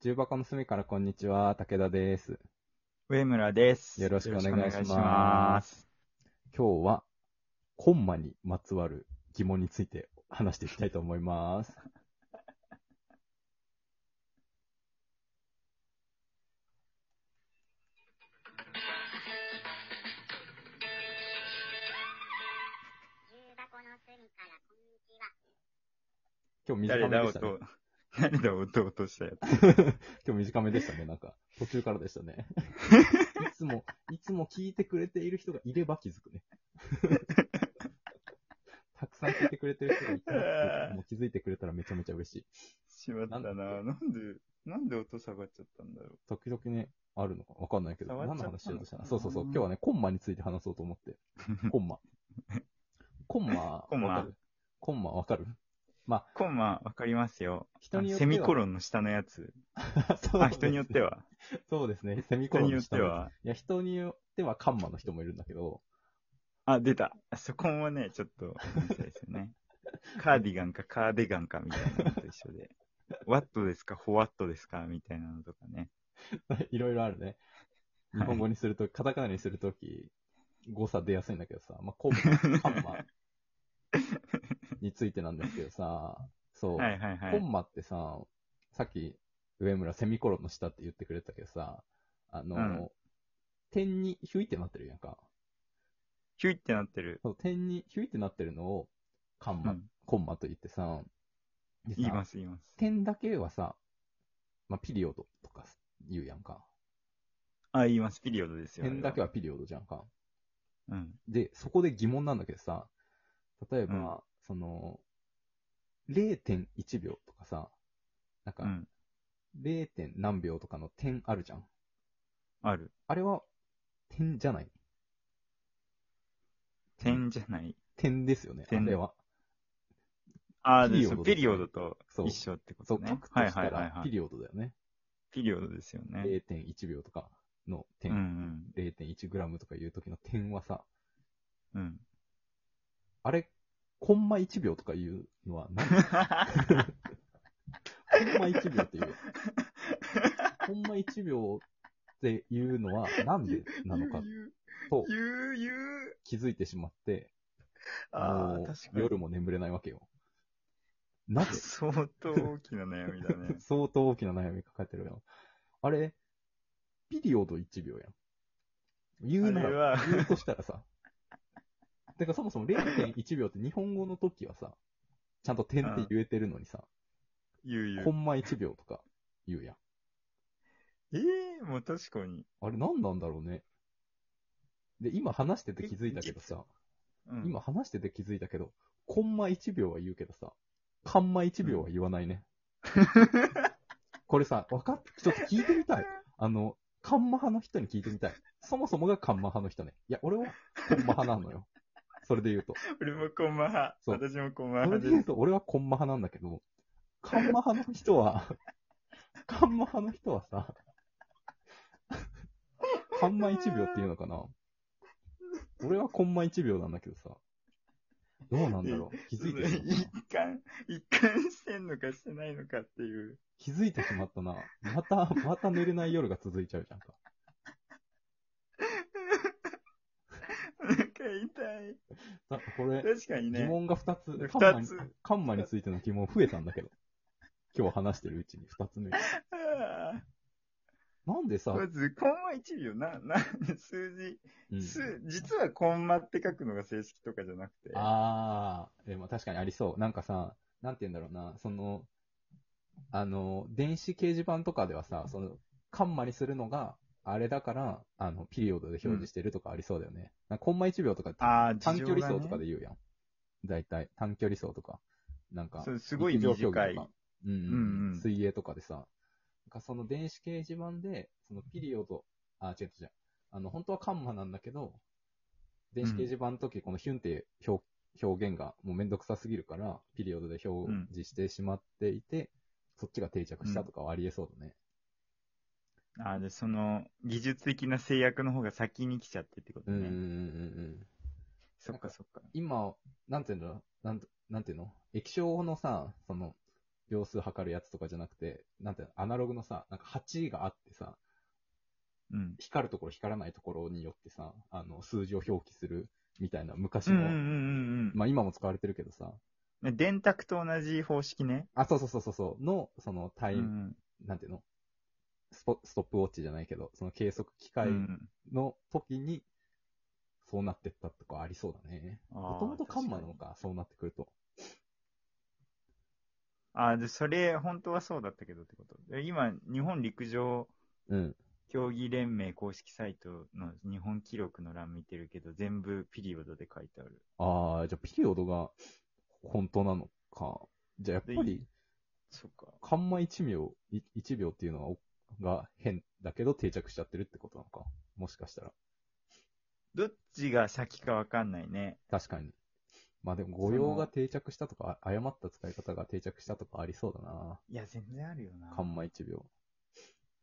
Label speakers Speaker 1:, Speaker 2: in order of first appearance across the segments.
Speaker 1: 重箱の隅からこんにちは、武田です。
Speaker 2: 上村です。
Speaker 1: よろしくお願いします
Speaker 2: よろくお願いしす
Speaker 1: 今日は、コンマにまつわる疑問について話していきたいと思い ます。
Speaker 3: 重箱の隅からこんにち
Speaker 1: 今
Speaker 3: は。
Speaker 1: 日短
Speaker 2: 誰
Speaker 1: め
Speaker 2: だ
Speaker 1: で
Speaker 2: を
Speaker 1: したね。
Speaker 2: と、誰だをとうとしたやつ。
Speaker 1: 今日短めでしたね、なんか。途中からでした ね。いつも、いつも聞いてくれている人がいれば気づ くね。たくさん聞いてくれてる人がいたら、もう気づいてくれたらめちゃめちゃ嬉しい。
Speaker 2: しまったな。
Speaker 1: な
Speaker 2: なんで、なんで音下がっちゃったんだろう。
Speaker 1: 時々ね、あるのかわかんないけど、
Speaker 2: 触っち
Speaker 1: 何
Speaker 2: ゃった
Speaker 1: の
Speaker 2: の
Speaker 1: 話しようとしたのそうそうそう。
Speaker 2: うん
Speaker 1: 今日はね、コンマについて話そうと思 って。コンマ。コンマ、
Speaker 2: コンマ
Speaker 1: わかるコンマわかる
Speaker 2: コンマ、わかりますよ。
Speaker 1: 人によって
Speaker 2: セ
Speaker 1: は
Speaker 2: ミコロンの下のやつ。
Speaker 1: そう
Speaker 2: あ、人によって
Speaker 1: は。
Speaker 2: は。
Speaker 1: そうですね。セミコ
Speaker 2: 人
Speaker 1: ロンの
Speaker 2: によっ
Speaker 1: 人
Speaker 2: て
Speaker 1: も
Speaker 2: は。
Speaker 1: いや、人によってはカンマの人もいるんだけど、
Speaker 2: あ、出た。そこもね、ちょっと、みたいですよね。カーディガンかカーデガンかみたいなのと一緒で。ワットですかホワットですかみたいなのとかね。
Speaker 1: いろいろあるね。日本語にすると、カタカナにするとき、誤差出やすいんだけどさ、まあ、コンマ、カンマについてなんですけどさ、そう。
Speaker 2: はいはいは
Speaker 1: コ
Speaker 2: い。
Speaker 1: ンマってさ、さっき、上村セミコロンの下って言ってくれたけどさ、あの、
Speaker 2: うん
Speaker 1: 点にヒュイってなってるやんか。
Speaker 2: ヒュイってなってる。
Speaker 1: そう点にヒュイってなってるのを、カン
Speaker 2: う
Speaker 1: マ、
Speaker 2: ん。
Speaker 1: コンマと言ってさ、でさ
Speaker 2: 言います言います。
Speaker 1: 点だけはさ、まあ、ピリオドとか言うやんか。
Speaker 2: あ、言います。ピリオドですよ。
Speaker 1: 点だけ
Speaker 2: は。
Speaker 1: はピリオドじゃんか。
Speaker 2: うん。
Speaker 1: で、そこで疑問なんだけどさ、例えば、
Speaker 2: うん
Speaker 1: その、0.1秒とかさ、なん
Speaker 2: う
Speaker 1: か、
Speaker 2: ん。
Speaker 1: 0. 点何秒とかの点あるじゃん。
Speaker 2: ある。
Speaker 1: あれは、点じゃない。
Speaker 2: 点じゃない。
Speaker 1: 点ですよね、あ
Speaker 2: 点
Speaker 1: れは。
Speaker 2: ああ、
Speaker 1: ピ
Speaker 2: で
Speaker 1: リオ
Speaker 2: そ
Speaker 1: ド
Speaker 2: うピリオドと
Speaker 1: そう
Speaker 2: 一緒ってこ
Speaker 1: そ
Speaker 2: と
Speaker 1: う、
Speaker 2: ね。
Speaker 1: 書くと
Speaker 2: はい
Speaker 1: し
Speaker 2: は
Speaker 1: た
Speaker 2: いはい
Speaker 1: ら
Speaker 2: は、
Speaker 1: ピ
Speaker 2: い。
Speaker 1: リオドだよね。
Speaker 2: ピリオドですよね。
Speaker 1: 0.1秒とかの
Speaker 2: うんう
Speaker 1: 点、
Speaker 2: ん。
Speaker 1: 0.1グラムとかいう時の点はさ、
Speaker 2: うん。
Speaker 1: あれ、コンマ1秒とかいうのは 何コンマ1秒っていう。コンマ1秒っていうのはなんでなのか
Speaker 2: 言う、
Speaker 1: と
Speaker 2: 言う、言う。
Speaker 1: 気づいてしまって、
Speaker 2: あ
Speaker 1: も
Speaker 2: あ、
Speaker 1: う
Speaker 2: 確かに。
Speaker 1: 夜も眠れないわけよ。なぜ。
Speaker 2: 相当大きな悩みだね
Speaker 1: 相当大きな悩み抱えてるよ。あれ、ピリオド1秒やん。 言うな
Speaker 2: あれ
Speaker 1: ら、
Speaker 2: は、
Speaker 1: 言うとしたらさ。 てかそもそも0.1秒って日本語の時はさ、ちゃんと点って言えてるのにさ、
Speaker 2: 言う言
Speaker 1: コ
Speaker 2: う。
Speaker 1: ンマ1秒とか言うやん。
Speaker 2: ええもう確かに。
Speaker 1: あれ何なんだろうね。で、今話してて気づいたけどさ、
Speaker 2: うん、
Speaker 1: 今話してて気づいたけど、コンマ1秒は言うけどさ、カンマ1秒は言わ ないね。これさ、わかっ、ちょっと聞いてみたい。あの、カンマ派の人に聞いてみたい。そもそもがカンマ派の人ね。いや、俺はコンマ派なのよ。それで言うと。
Speaker 2: 俺もコンマ派。
Speaker 1: そう
Speaker 2: 私もコンマ
Speaker 1: それで
Speaker 2: 派で
Speaker 1: 言う
Speaker 2: す。
Speaker 1: と、俺はコンマ派なんだけ ど、カンマ派の人 は、カンマ派の人はさ、カンマ1秒っていうのかな俺はコンマ1秒なんだけどさ、どうなんだろう 気づいてしまった
Speaker 2: 一
Speaker 1: な。
Speaker 2: 貫、一貫してんのかしてないのかっていう。
Speaker 1: 気づいてしまったな。また、また寝れない夜が続いちゃうじゃんか。
Speaker 2: お腹痛い。
Speaker 1: なんかこれ、
Speaker 2: 確かに
Speaker 1: 疑
Speaker 2: ね。
Speaker 1: 問が2つ、カンマ
Speaker 2: 二
Speaker 1: に
Speaker 2: つ。
Speaker 1: カンマについての疑問増えたんだけど。今日話してるうちに2つ目。
Speaker 2: あー
Speaker 1: なんでさ、
Speaker 2: まず、コンマ1秒な、な、数字、
Speaker 1: うん
Speaker 2: 数、実はコンマって書くのが正式とかじゃなくて、
Speaker 1: ああ、えまあ、確かにありそう。なんかさ、なんて言うんだろうな、その、あの、電子掲示板とかではさ、その、カンマにするのが、あれだから、あの、ピリオドで表示してるとかありそうだよね。なんかコンマ1秒とかって
Speaker 2: あー
Speaker 1: 短
Speaker 2: 事
Speaker 1: 距
Speaker 2: 情がね
Speaker 1: 離走とかで言うやん。だいたい、短距離走とか、なんか
Speaker 2: そう、すごい
Speaker 1: 陸上競技
Speaker 2: 短
Speaker 1: と
Speaker 2: い
Speaker 1: か。うんうん
Speaker 2: うんうん
Speaker 1: 水泳とかでさ、なんかその電子掲示板で、そのピリオド、あ、違う違う、あの、本当はカンマなんだけど、電子掲示板の時、このヒュンって表表現がもうめんどくさすぎるから、ピリオドで表示してしまっていて、そっちが定着したとかはありえそうだね。
Speaker 2: あーで、その、技術的な制約の方が先に来ちゃってってこと
Speaker 1: うん、うん、
Speaker 2: ね。
Speaker 1: うん、うん。
Speaker 2: そっかそっか。
Speaker 1: 今、なんていうんだろう、なんてなんていうの液晶のさ、その、秒数測るやつとかじゃなくて、なんていうのアナログのさ、なんか8があってさ、
Speaker 2: うん。
Speaker 1: 光るところ光らないところによってさ、あの、数字を表記するみたいな昔
Speaker 2: うんうんう
Speaker 1: の、
Speaker 2: んうん
Speaker 1: まあ今も使われてるけどさ、
Speaker 2: うん。電卓と同じ方式ね。
Speaker 1: あ、そうそうそうそうそう、の、そのタ
Speaker 2: う
Speaker 1: イ
Speaker 2: んう
Speaker 1: ム、
Speaker 2: ん。
Speaker 1: なんていうのスポストップウォッチじゃないけど、その計測機
Speaker 2: う
Speaker 1: 械
Speaker 2: ん
Speaker 1: の時に、そうなってったとかありそうだね。
Speaker 2: あー
Speaker 1: もともとカンマなのか、そうなってくると。
Speaker 2: あ、で、それ、本当はそうだったけどってこと。で今、日本陸上
Speaker 1: うん。
Speaker 2: 競技連盟公式サイトの日本記録の欄見てるけど、全部ピリオドで書いてある。
Speaker 1: ああ、じゃあピリオドが本当なのか。じゃあやっぱり、
Speaker 2: そっか。
Speaker 1: カンマ1秒、い1秒っていうのはおが変だけど定着しちゃってるってことなのか。もしかしたら。
Speaker 2: どっちが先かわかんないね。
Speaker 1: 確かに。まあでも、誤用が定着したとか、あ誤った使い方が定着したとかありそうだな。
Speaker 2: いや、全然あるよな。
Speaker 1: カンマ1秒。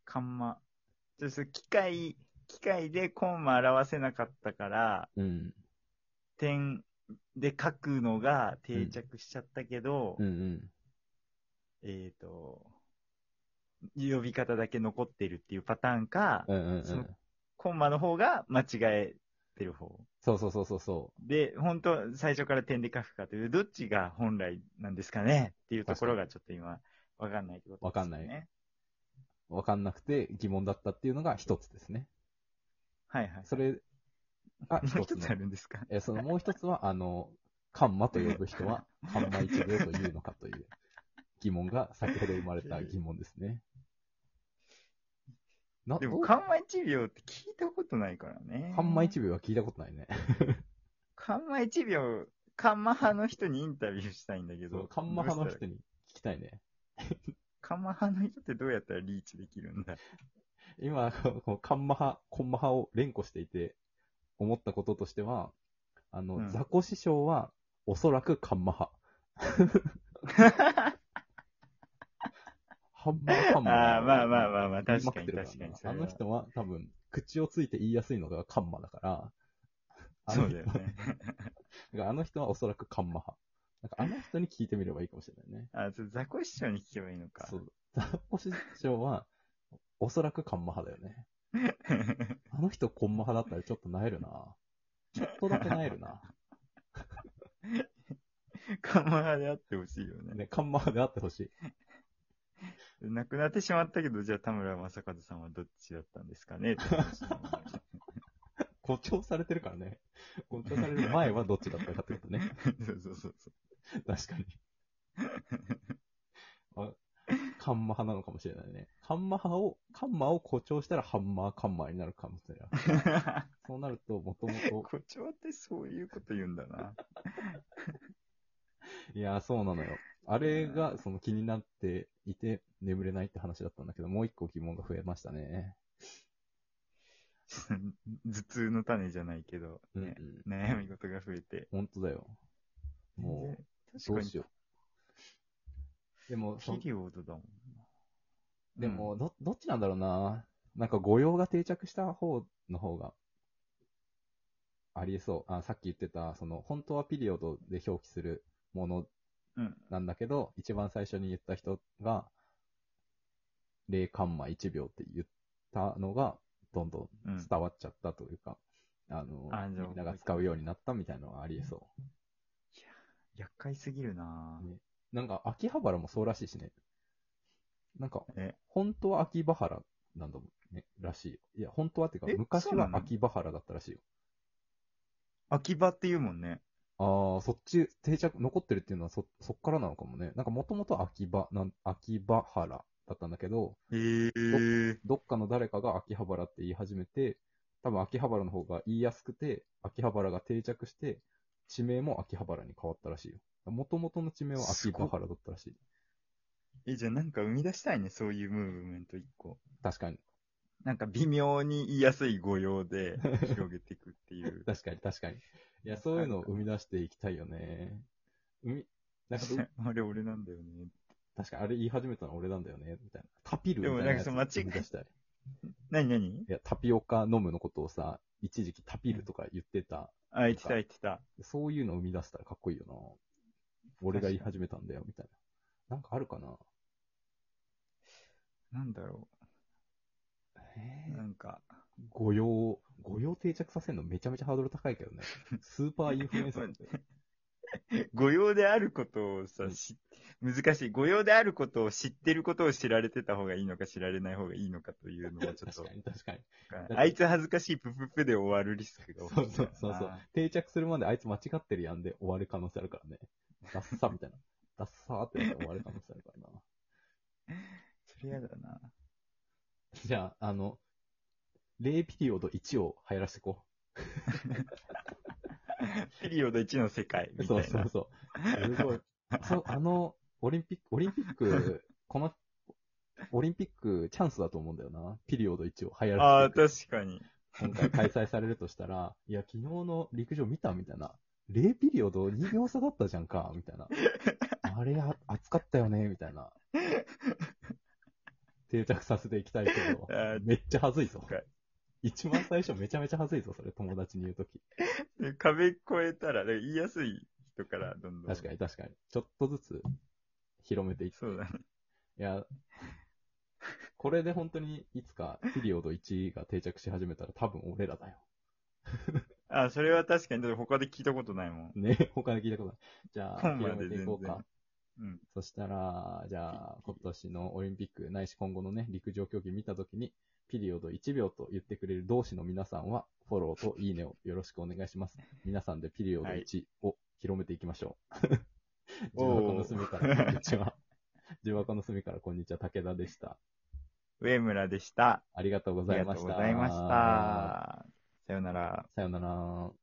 Speaker 2: カンマ。ちょっとそれ機械、機械でコンマ表せなかったから、
Speaker 1: うん。
Speaker 2: 点で書くのが定着しちゃったけど、
Speaker 1: うんうん。
Speaker 2: えっ、と、呼び方だけ残ってるっていうパターンか、
Speaker 1: うんうんう
Speaker 2: その
Speaker 1: ん。
Speaker 2: コンマの方が間違えてる方。
Speaker 1: そうそうそうそうそ
Speaker 2: で、本当最初から点で書くかという、どっちが本来なんですかねっていうところがちょっと今、わかんないってことですよね。
Speaker 1: わかんない。う。わかんなくて疑問だったっていうのが一つですね。
Speaker 2: はいはい。
Speaker 1: それ、あ、
Speaker 2: もう
Speaker 1: 一つ
Speaker 2: 一
Speaker 1: の
Speaker 2: つあ。るんですか
Speaker 1: えーそのもう一つは、あの、カンマと呼ぶ人は、カンマ1秒というのかという疑問が先ほど生まれた疑問ですね。な、
Speaker 2: で
Speaker 1: ど
Speaker 2: も、
Speaker 1: う
Speaker 2: カンマ1秒って聞いたことないからね。
Speaker 1: カンマ1秒は聞いたことないね。
Speaker 2: カンマ1秒、カンマ派の人にインタビューしたいんだ
Speaker 1: そ
Speaker 2: け
Speaker 1: う
Speaker 2: ど。
Speaker 1: カンマ派の
Speaker 2: どうしたら。
Speaker 1: 人に聞きたいね。
Speaker 2: カンマ派の人ってどうやったらリーチできるんだ
Speaker 1: 今、このカンマ派、コンマ派を連呼していて、思ったこととしては、あの、
Speaker 2: うん
Speaker 1: ザコ師匠は、おそらくカンマ派。 ハンマーカンマ
Speaker 2: ああ、まあまあまあまあ、
Speaker 1: 言い
Speaker 2: 確
Speaker 1: ま
Speaker 2: か
Speaker 1: くって
Speaker 2: に
Speaker 1: るら
Speaker 2: 確かに。
Speaker 1: なあの
Speaker 2: それ
Speaker 1: 人は多分、口をついて言いやすいのがカンマだから、
Speaker 2: は
Speaker 1: あ
Speaker 2: そ
Speaker 1: の
Speaker 2: う
Speaker 1: 人
Speaker 2: だよね。
Speaker 1: だからあの人はおそらくカンマ派。なんかあの人に聞いてみればいいかもしれないね。
Speaker 2: あ、そうザコ師匠に聞けばいいのか
Speaker 1: そ。う。ザコ師匠は、おそらくカンマ派だよね。あの人コンマ派だったらちょっとなえるな。ちょっとだけなえるな。
Speaker 2: カンマ派であってほしいよね。
Speaker 1: ね、カンマ派であってほしい。
Speaker 2: 亡くなってしまったけど、じゃあ田村正和さんはどっちだったんですかねって話になるよね
Speaker 1: 誇張されてるからね。誇張される前はどっちだったかってことね。
Speaker 2: そうそうそうそう。
Speaker 1: 確かに。あカンマ派なのかもしれないね。カンマ派を、カンマを誇張したらハンマーカンマーになるかもしれない。 そうなると、もともと、
Speaker 2: 誇張ってそういうこと言うんだな。
Speaker 1: いやー、そうなのよ。あれが、その気になっていて、眠れないって話だったんだけど、もう一個疑問が増えましたね。
Speaker 2: 頭痛の種じゃないけど、
Speaker 1: うん、う
Speaker 2: ね
Speaker 1: ん。
Speaker 2: 悩み事が増えて。
Speaker 1: 本当だよ。も
Speaker 2: う、
Speaker 1: ど
Speaker 2: 確
Speaker 1: う
Speaker 2: かに
Speaker 1: し、よう。でも、そ
Speaker 2: ピリオドだもんな。
Speaker 1: でも、ど、どっちなんだろうな。なんか、御用が定着した方の方が、ありえそう。あ、さっき言ってた、その、本当はピリオドで表記するもの
Speaker 2: うん、うん。
Speaker 1: なんだけど、一番最初に言った人が、0カンマ1秒って言ったのが、どんど
Speaker 2: うん
Speaker 1: ん伝わっちゃったというか、あの、
Speaker 2: あじゃあ
Speaker 1: みんなが使うようになったみたいなのはありえそ
Speaker 2: 厄介すぎるなぁ
Speaker 1: ねう。なんか、秋葉原もそうらしいしね。なんか
Speaker 2: え、
Speaker 1: 本当は秋葉原なんだもんね、らしいよ。いや、本当はっていうか
Speaker 2: え、
Speaker 1: 昔
Speaker 2: そうな
Speaker 1: は
Speaker 2: の
Speaker 1: 秋葉原だったらしいよ。
Speaker 2: 秋葉って言うもんね。
Speaker 1: ああ、そっち、定着、残ってるっていうのはそ、そっからなのかもね。なんか、もともと秋葉、なん、秋葉原だったんだけど、
Speaker 2: へえ。
Speaker 1: どっかの誰かが秋葉原って言い始めて、多分秋葉原の方が言いやすくて、秋葉原が定着して、地名も秋葉原に変わったらしいよ。元々の地名は秋葉原だったらしい。
Speaker 2: え、じゃあなんか生み出したいね、そういうムーブメント一個。
Speaker 1: 確かに、
Speaker 2: なんか微妙に言いやすい語用で広げていくっ ていう。
Speaker 1: 確かに、確かに。いや、そういうのを生み出していきたいよね。うみ、なん か、う
Speaker 2: あれ俺なんだよね。
Speaker 1: 確かにあれ言い始めたの俺なんだよね、みたいな。タピルみたいなやつ
Speaker 2: でもなんかそ
Speaker 1: 生
Speaker 2: の間違い
Speaker 1: み出したい。
Speaker 2: なになに
Speaker 1: いや、タピオカ飲むのことをさ、一時期タピルとか言ってた。
Speaker 2: あ、言ってた言ってた。
Speaker 1: そういうのを生み出したらかっこいいよな。俺が言い始めたんだよ、みたいな。なんかあるかな
Speaker 2: なんだろ
Speaker 1: え
Speaker 2: う。
Speaker 1: ー
Speaker 2: なんか、
Speaker 1: 御用、御用定着させるのめちゃめちゃハードル高いけどね。スーパーインフルエン サーって。
Speaker 2: 御用であることをさ、し、難しい。御用であることを知ってることを知られてた方がいいのか知られない方がいいのかというのはちょっと
Speaker 1: 確か、に確かに。
Speaker 2: あいつ恥ずかしいプププで終わるリスクが
Speaker 1: そ
Speaker 2: 大
Speaker 1: う
Speaker 2: きい
Speaker 1: そう
Speaker 2: から
Speaker 1: そうそう
Speaker 2: な。
Speaker 1: 定着するまであいつ間違ってるやんで終わる可能性ある からね。ダッサみたいな。ダッサーってなって終わる可能性あるから な。
Speaker 2: それやだな。
Speaker 1: じゃあ、あの、0ピリオド1を流行らしていこ
Speaker 2: ピリオド1の世界
Speaker 1: う。
Speaker 2: みたい
Speaker 1: そう
Speaker 2: な。
Speaker 1: そうそう。すごい。 そう、あの、オリンピック、オリンピック、この、オリンピックチャンスだと思うんだよな。ピリオド1を流行
Speaker 2: あ
Speaker 1: ら
Speaker 2: あ、
Speaker 1: せていく。
Speaker 2: 確かに。
Speaker 1: 今回開催されるとしたら、 いや、昨日の陸上見たみたいな。0ピリオド2秒差だったじゃんか、みたい な。あれ、あ熱かったよね、みたいな。定着させていきたいけど
Speaker 2: あー、
Speaker 1: めっちゃ恥ずいぞ
Speaker 2: そっ。か
Speaker 1: 一番最初めちゃめちゃ恥ずいぞ、それ、友達に言うとき。
Speaker 2: で壁越えたら、だから言いやすい人からどんどん。
Speaker 1: 確かに確かに。ちょっとずつ広めていく。
Speaker 2: そうだね。
Speaker 1: いや、これで本当にいつかピリオド1が定着し始めたら多分俺らだよ。
Speaker 2: あ、それは確かに、だって他で聞いたことないもん。
Speaker 1: ね、他で聞いたことない。じゃあ、
Speaker 2: 今ま
Speaker 1: 広
Speaker 2: で
Speaker 1: めていこう
Speaker 2: 全
Speaker 1: か
Speaker 2: 然。うん。
Speaker 1: そしたら、じゃあ、今年のオリンピックないし今後のね、陸上競技見たときに、ピリオド1秒と言ってくれる同士の皆さんは、フォローといいねをよろしくお願いします。皆さんでピリオド
Speaker 2: はい
Speaker 1: 1を広めていきましょう。
Speaker 2: おー
Speaker 1: 重箱の隅からこんにちは。重箱の隅からこんにちは、武田でした。
Speaker 2: 上村でした。
Speaker 1: ありがとうご
Speaker 2: あ
Speaker 1: ざ
Speaker 2: り
Speaker 1: い
Speaker 2: が
Speaker 1: ま
Speaker 2: と
Speaker 1: し
Speaker 2: う
Speaker 1: た。
Speaker 2: ございました。さよなら。
Speaker 1: さよなら。